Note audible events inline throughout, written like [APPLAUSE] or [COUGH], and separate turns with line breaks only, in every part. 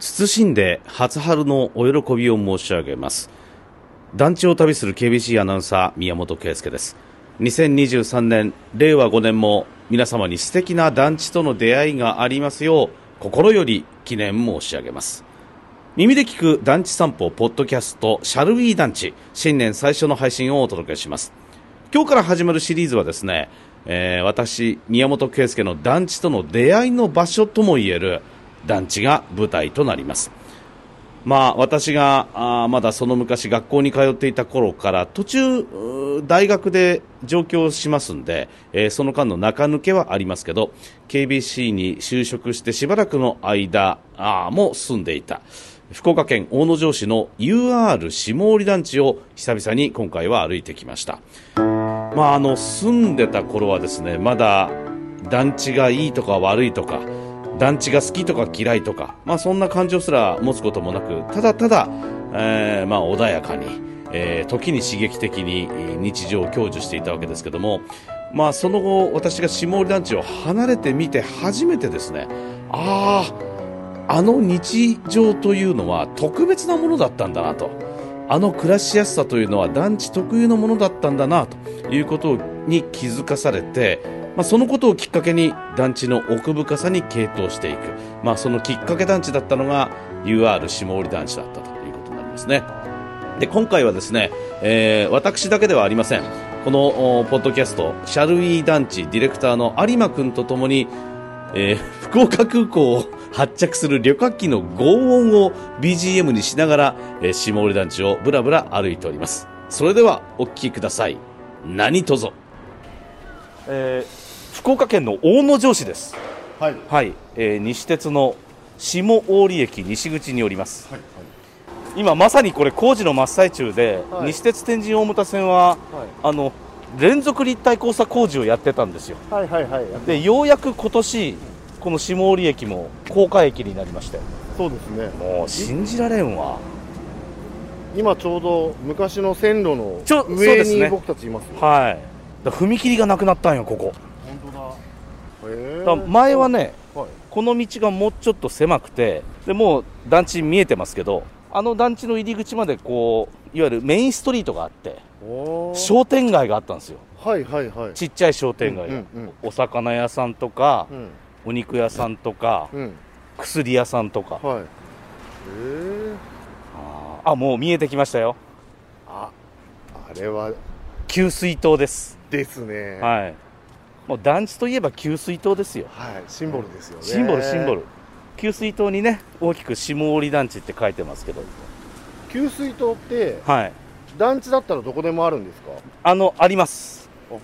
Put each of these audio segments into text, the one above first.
謹んで初春のお喜びを申し上げます団地を旅する KBC アナウンサー宮本圭介です2023年令和5年も皆様に素敵な団地との出会いがありますよう心より記念申し上げます耳で聞く団地散歩ポッドキャストシャルウィー団地新年最初の配信をお届けします今日から始まるシリーズはですね、えー私宮本圭介の団地との出会いの場所とも言える団地が舞台となりますまあ私があーまだその昔学校に通っていた頃から途中うー大学で上京しますんで、えーその間の中抜けはありますけど KBC に就職してしばらくの間あーも住んでいた福岡県大野城市の UR 下織団地を久々に今回は歩いてきました。まあ、あの住んでた頃はですねまだ団地がいいとか悪いとか団地が好きとか嫌いとか、まあ、そんな感情すら持つこともなくただただ、えーまあ、穏やかに、えー時に刺激的にえー日常を享受していたわけですけども、まあ、その後私が下織団地を離れてみて初めてですねあああの日常というのは特別なものだったんだなと。あの暮らしやすさというのは団地特有のものだったんだなということに気づかされて、まあ、そのことをきっかけに団地の奥深さに傾倒していく、まあ、そのきっかけ団地だったのが UR 下織団地だったということになりますね。で今回はですね、えー私だけではありませんこのおポッドキャスト「シャルウィー団地」ディレクターの有馬君とともに、えー福岡空港を発着する旅客機の轟音を BGM にしながら、えー下織団地をぶらぶら歩いておりますそれではお聞きください何とぞ
えー福岡県の大野城市です、
はい。
はいえー西鉄の下大利駅西口におります
はい。
今まさにこれ工事の真っ最中で、
はい
西鉄天神大牟田線はあの連続立体交差工事をやってたんですよ
はい。はい。はい。はい。
でようやく今年この下織駅も高架駅になりまして
そうですね。
もう信じられんわ
今ちょうど昔の線路の
ちょそう
上
です
に
ね
僕たちいますよ。
はいだ踏切がなくなったんよここ
本当だ。へえ
だから前は。ね
はい。
この道がもうちょっと狭くてでもう団地見えてますけどあの団地の入り口までこういわゆるメインストリートがあって
おー
商店街があったんですよ
はい。はい。はい。
ちっちゃい商店街が、
うんうんうん
お魚屋さんとか、
うん。
お肉屋さんとか、
うん。
薬屋さんとか、
はい。へえ。
あーあもう見えてきましたよ
あ。あれは。
給水塔です、
ですね。い。
はいもう団地といえば給水塔ですよ
はい。シンボルですよね。
シンボルシンボル。給水塔にね大きく下織団地って書いてますけど
給水塔って。
はい
団地だったらどこでもあるんですか。
あのあります
お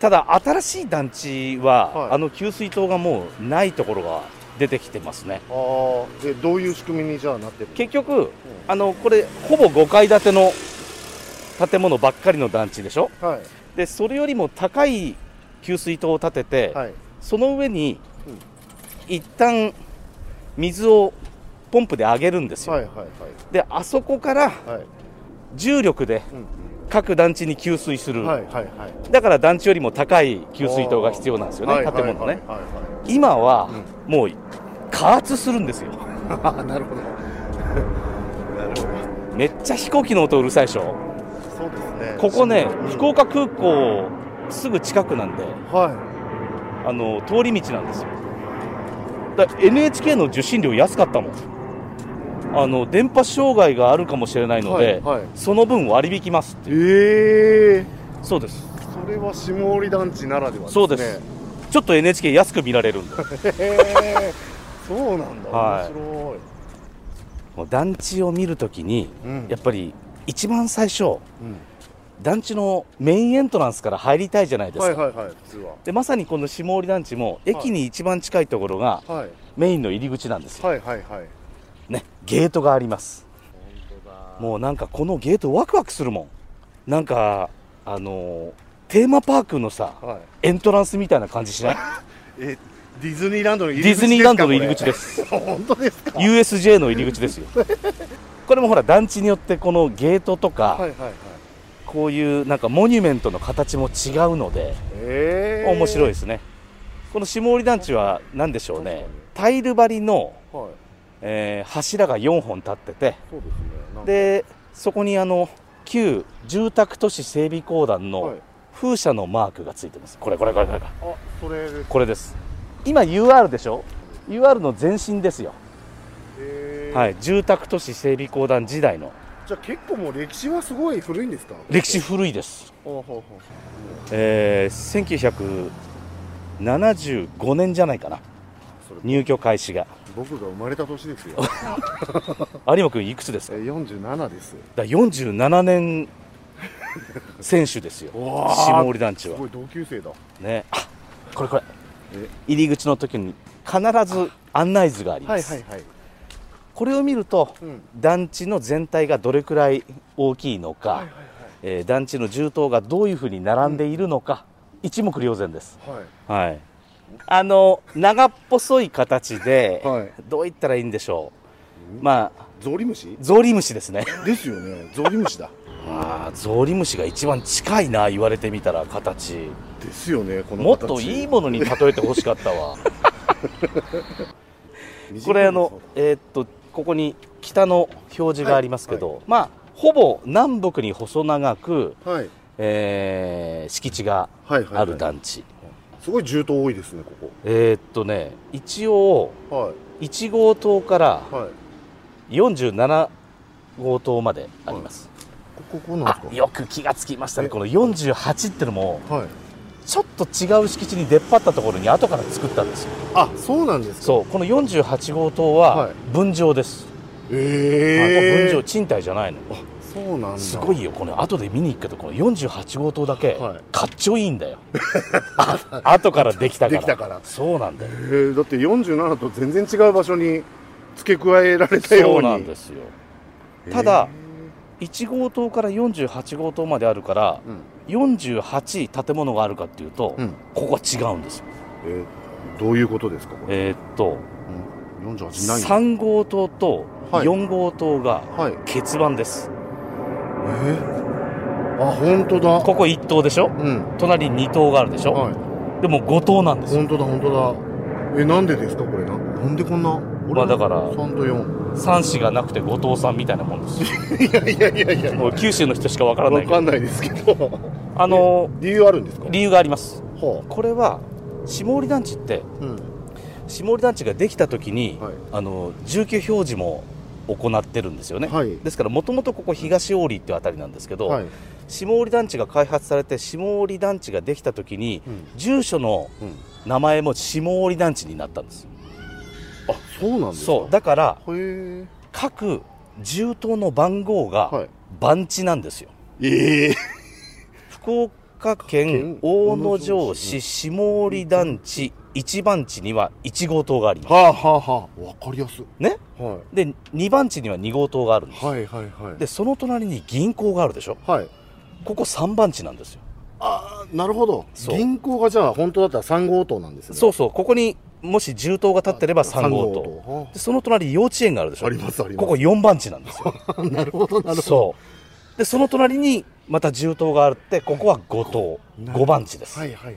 ただ新しい団地は、
はい
あの給水塔がもうないところが出てきてますね
ああ。で、どういう仕組みにじゃあなってる。
結局あのこれほぼ5階建ての建物ばっかりの団地でしょ
は
でそれよりも高い給水塔を建てて、
い。はい。
その上に、
うん
一旦水をポンプで上げるんですよ、
はい。はい。
であそこから
はい。はい。
重力で
うん
各団地に給水す
う
る、
ん。はい。はい。はい。
だから団地よりも高い給水塔が必要なんですよね
はい
建物ね、
はいはいはいはい
今はもう加圧するんですよ
ああなるほどなるほ
めっちゃ飛行機の音うるさいでしょ
どそうですね
ここね
うん
福岡空港すぐ近くなんで
は
あの通り道なんですよだ NHK の受信料安かったもんあの電波障害があるかもしれない
い
ので、
はいはい
その分割引きますっていう
ええ
そうです
それは下織団地ならではですね
そうですちょっと NHK 安く見られるんで
へえそうなんだ、
はい
面
もう団地を見るときに
白い、うん
やっぱり一番最初
うん
団地のメインエントランスから入りたいじゃないですか、
はいはいはい普通は
でまさにこの下織団地も駅に一番近いところが
はい
メインの入り口なんですよ、
はいはいはい
ね、ゲートがあります
本当だ
もうなんかこのゲートワクワクするもんなんかあのーテーマパークのさ
はい
エントランスみたいな感じ
[LAUGHS]
しない
えディズニーランドの入
デ
り口
ィズニーランドの入り口ですす
かこれ [LAUGHS] 本当ですか
USJ の入り口ですよこれもほら団地によってこのゲートとか、
はいはいはい
こういうなんかモニュメントの形も違うので
ええ
面白い
い
ですねこの下織団地は何でしょうね
確かに
タイル張りの
はい
えー柱が4本立ってて
そうですねなんか
でそこにあの旧住宅都市整備公団
は
の
い、
風車のマークがついてますこれこれこれこれ
あそれです
これです今 UR でしょ UR の前身ですよ、
へー
はい、住宅都市整備公団時代の
じゃあ結構もう歴史はすごい古いんですか
歴史古いです、
ほうほうほ
えー1975年じゃないかな
うそれ
入居開始が
僕が生まれた
[LAUGHS]
年ですよ
有馬君いくつですか
え47です
だから47年選手です [LAUGHS] よ
わー
下り団地
す
は
ごい同級生だ
ねあこれこれ
え
入り口の時に必ず案内図があります、
はい
これを見ると
うん
団地の全体がどれくらい大きいのか、えー団地の銃刀がどういうふうに並んでいるのか、一目瞭然です
はい
はいあの長っ細い形で、
はい
どう言ったらいいんでしょう
うん
まあ
ゾウリムシ
ゾウリムシですね
ですよねゾウリムシだ
あーゾウリムシが一番近いな言われてみたら形
ですよねこの
もっといいものに例えてほしかった
[LAUGHS]
わ
の
これあのえーっとここに北の表示がありますけど、まあほぼ南北に細長く、
はい
えー敷地が
はいはい
ある団地、
すごい銃刀多いですねこ
えーっとね一応
こはい
1号棟から
はい
47号棟まであります、
こここうなんで
あ
す
よく気がつきましたねこの48ってのも
かはい
ちょっと違う敷地に出っ張ったところに後から作ったんですよ
あそうなんですか
そうこの48号棟
は
はい分譲です、あこれ
え
分
え
譲賃貸じゃないの
そうなんだ
すごいよこれ後で見に行くけどこの48号棟だけ
はい
かっちょいいん
[LAUGHS]
だよ、あ後からできたから
できたから
そうなんだよ
えーだって47と全然違う場所に付け加えられたよ
そうう
に
なんですよ
えー
ただ1号棟から48号棟まであるから
うん
48建物があるかっていうと、
うん
ここは違うんですよ
えーどういうことですかこれ
えーっと
うん48ないの
3号棟と
はい
4号棟が
はい
欠番です、
えーあ本当だ
ここ1棟でしょ
うん
隣に2棟があるでしょ、
はい
でも5棟なんですよ
本当だ本当だえなんでですかこれななんでこんな
まあだから
3と4
3子がなくて5棟さんみたいなもんですよ
いやいやいやいや
もう九州の人しかわからない
わ
けど
かんないですけど
[LAUGHS] あの
理由あるんですか
理由があります
は
これは下織団地って
あうん
下織団地ができた時に、
はい
あの住居表示も行ってるんですよね、
はい
ですからもともとここ東織っていうあたりなんですけど、
はい
下織団地が開発されて下織団地ができた時に
うん
住所の
うん
名前も下織団地になったんです
あそうなんですか
そうだから
へえ
各住棟の番号
は
が
い
番地なんですよ、
ええ
福岡県大野城市下織団地1番地には1号棟があります
はあはあはあわかりやすい
ね
は
で2番地には2号棟があるんです、
いはいはいはい
でその隣に銀行があるでしょ
はい
ここ3番地なんですよ
ああなるほど
そう
銀行がじゃあ本当だったら3号棟なんですね
そううそうここにもし銃刀が立ってれば3号棟でその隣に幼稚園があるでしょ
ありますあります
ここ4番地なんですよ
なるほど [LAUGHS] なるほど
そうでその隣にまた銃刀があってここは5棟
なるほど
5番地です、
はいはい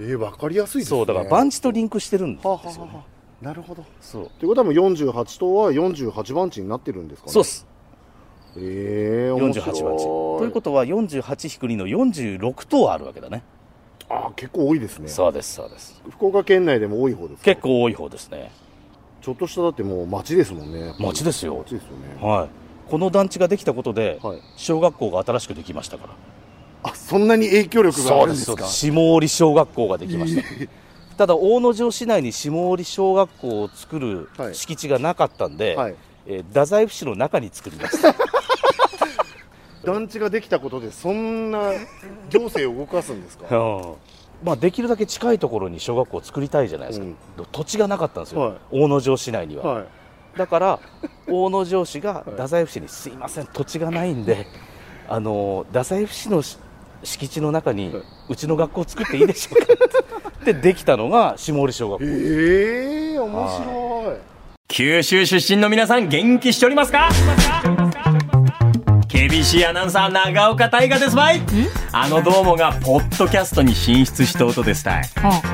えー、わかりやすいですね
そうだから番
地
地とリンクしてるんです
は
よ
あはあは
ね
あなるほど
そう
ということはもう48棟は48番地になってるんですかね
そうっす
ええー、面
48
白い
番地ということは48-2の46棟あるわけだね
ああ結構多いですね
そうですそうです
福岡県内でも多い方ですか
結構多い方ですね
ちょっとしただってもう町ですもんね
町ですよ
町ですよね
はいこの団地ができたことで、
はい
小学校が新しくできましたから
あそんなに影響力があるんです
そう
か
です下織小学校ができま
[LAUGHS]
した、ただ大野城市内に下織小学校を作る
はい
敷地がなかったんで、
はい
えー太宰府市の中に作りました
団地ができたことでそんな行政を動かすんですか
[LAUGHS] まあできるだけ近いところに小学校を作りたいじゃないですか、
うん
土地がなかったんですよ、
はい
大野城市内には、
[LAUGHS] はい
だ
[LAUGHS]
から大野城市が太宰府市に「すいません土地がないんであの太宰府市のし敷地の中に
はいう
ちの学校作っていいでしょうか」ってできたのが下織小学校
ええー、面白い
九州出身の皆さん元気しておりますか KBC アナウンサー長岡大河ですばいあのどうもがポッドキャストに進出した音ですたい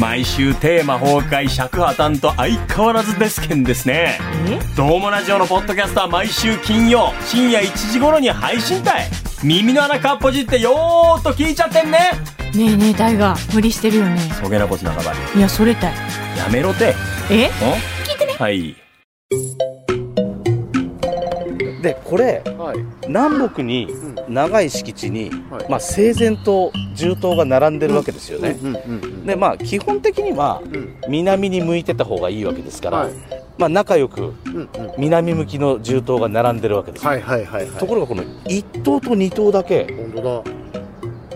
毎週テーマ崩壊尺破綻と相変わらずですけんですねどうもラジオのポッドキャストは毎週金曜深夜1時頃に配信たい耳の穴かっぽじってよーっと聞いちゃってんね
ねえねえ大河無理してるよね
そげなこと半ばに
いやそれたい
やめろて
え
聞いてねはい
でこれ
はい
南北に
ん
長い敷地に、
はい
まあ、整然と銃刀が並んでるわけですよね、
うんうん
でまあ基本的には
うん
南に向いてた方がいいわけですから、
はい
まあ、仲良く
うんうん
南向きの銃刀が並んでるわけです、
はいはいはいはい
ところがこの1頭と2頭だけ
本当だ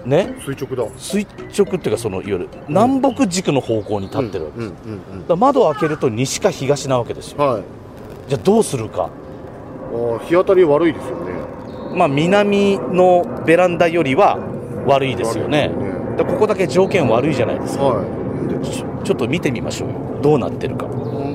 ね
垂直だ
垂直っていうかそのいわゆる南北軸の方向に立ってるわけです、
うんうんう
だ
ん
から窓を開けると西か東なわけです
うん
よ
はい
じゃあどうするか
あー日当たり悪いですよね
まあ南のベランダよりは悪いですよね
悪いですね
でここだけ条件悪いじゃないですか
はいで
ちょちょっと見てみましょうよどうなってるか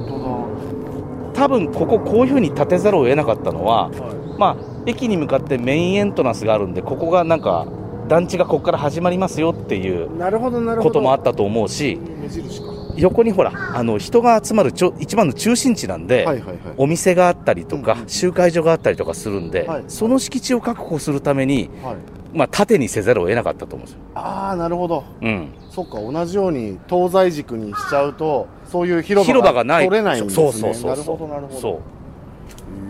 本
多分こここういう風に立てざるを得なかったのは
当だはい
まあ駅に向かってメインエントランスがあるんでここがなんか団地がここから始まりますよっていう
なるほどなるほ
こ
ど
ともあったと思うし
目印かは
横にほらあの人が集まるちょ一番の中心地なんで、
いはいはい
お店があったりとか
うん
集会所があったりとかするんで、
はい
その敷地を確保するために、
はい
まあ、縦にせざるを得なかったと思うんですよ。
ああなるほど
うん、
そっか同じように東西軸にしちゃうとそういう広場
広場がない
取れないんですね
そうそうそうそう
なるほどなるほど
そ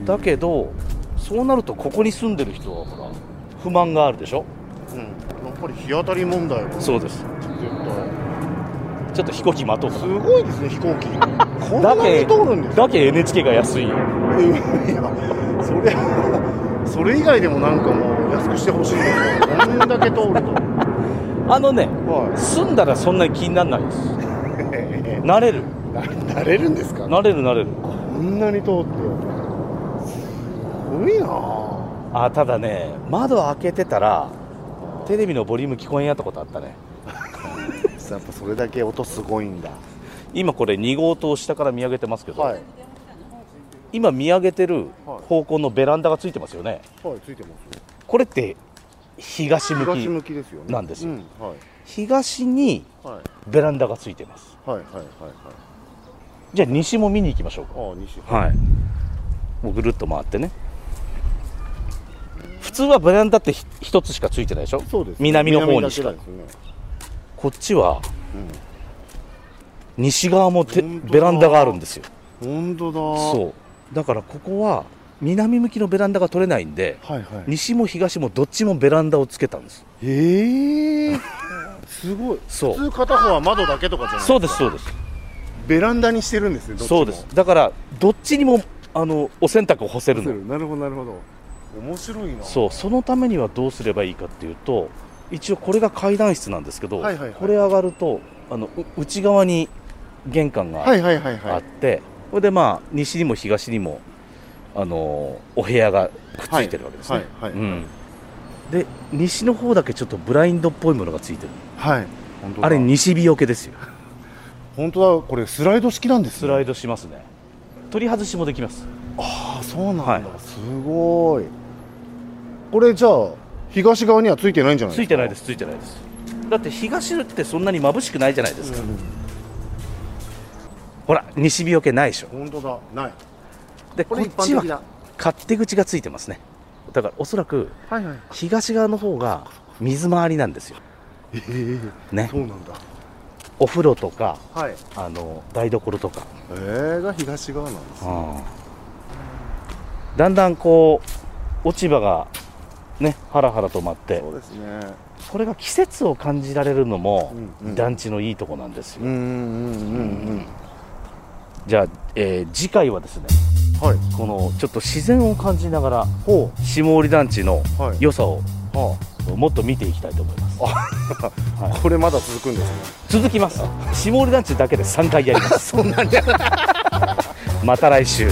うだけどそうなるとここに住んでる人はほら不満があるでしょ
うん、やっぱり日当たり問題は
そうです
絶対
ちょっと飛行機待とうか
すごいですね飛行機こんな
だけ
に通るんですか
だけ NHK が安いよ
いやそれそれ以外でもなんかもう安くしてほしいですよこんだけ通ると
あのね
は
住んだらそんなに気にならない
[LAUGHS]
です
い
慣れる
ななれるんですか
慣れる慣れる
こんなに通ってすごいなあ
あただね窓開けてたらテレビのボリューム聞こえんやったことあったね
やっぱそれだけ音すごいんだ
今これ2号棟を下から見上げてますけど、
はい
今見上げてる
はい
方向のベランダがついてますよね
はいついてますよ
これって東向き
東向きですよね
なんですよ
うん、はい
東に
はい
ベランダがついてます
はいはいはいはい
じゃあ西も見に行きましょうか
ああ西
はいもうぐるっと回ってね普通はベランダってひ一つしかついてないでしょ
そうです
南の方にしか
南だけなんですね
こっちは
うん
西側もて
本当だ
ベランダがあるんですよ
本当だ
そうだからここは南向きのベランダが取れないんで
はいはい
西も東もどっちもベランダをつけたんです
ええすごい
そう
普通片方は窓だけとかじゃない
そうですそうです
ベランダにしてるんですねどっちも
そうですだからどっちにもあのお洗濯を干せる
な
の
るほどなるほど面白いな
そうそのためにはどうすればいいかっていうと一応これが階段室なんですけど、
はいはいはい
これ上がるとあのう内側に玄関が
はいはいはい
あ
は
っ
い
て、それでまあ西にも東にもあのお部屋がくっついてるわけですね、
はいはい
うん、で西の方だけちょっとブラインドっぽいものがついてる
はい本当だ
あれ西日よけですよ
本当だこれスライド式なんですね
スライドしますね取り外しもできます
ああそうなんだ、
はい
すごいこれじゃあ東側にはついてないんじゃない
ついてないですすついてないですだって東ってそんなに眩しくないじゃないですか、ほら西日よけないでしょ
本当だない
でこっちは勝手口がついてますねだからおそらく
はいはい
東側の方が水回りなんですよ
ええ
ね
そうなんだ
お風呂とか
[LAUGHS] はいえ
あの台所とか、
えが東側なんです
だんだんこう落ち葉がねハラハラと舞って
そうですね
これが季節を感じられるのも
うんうん
団地のいいとこなんですよ、
うんうんうんうん
じゃあ、えー次回はですね
はい
このちょっと自然を感じながら下織団地の
はい
良さを
は
もっと見ていきたいと思います
あこれまだ続くんですね
続きます下織団地だけで3回やりますまた来週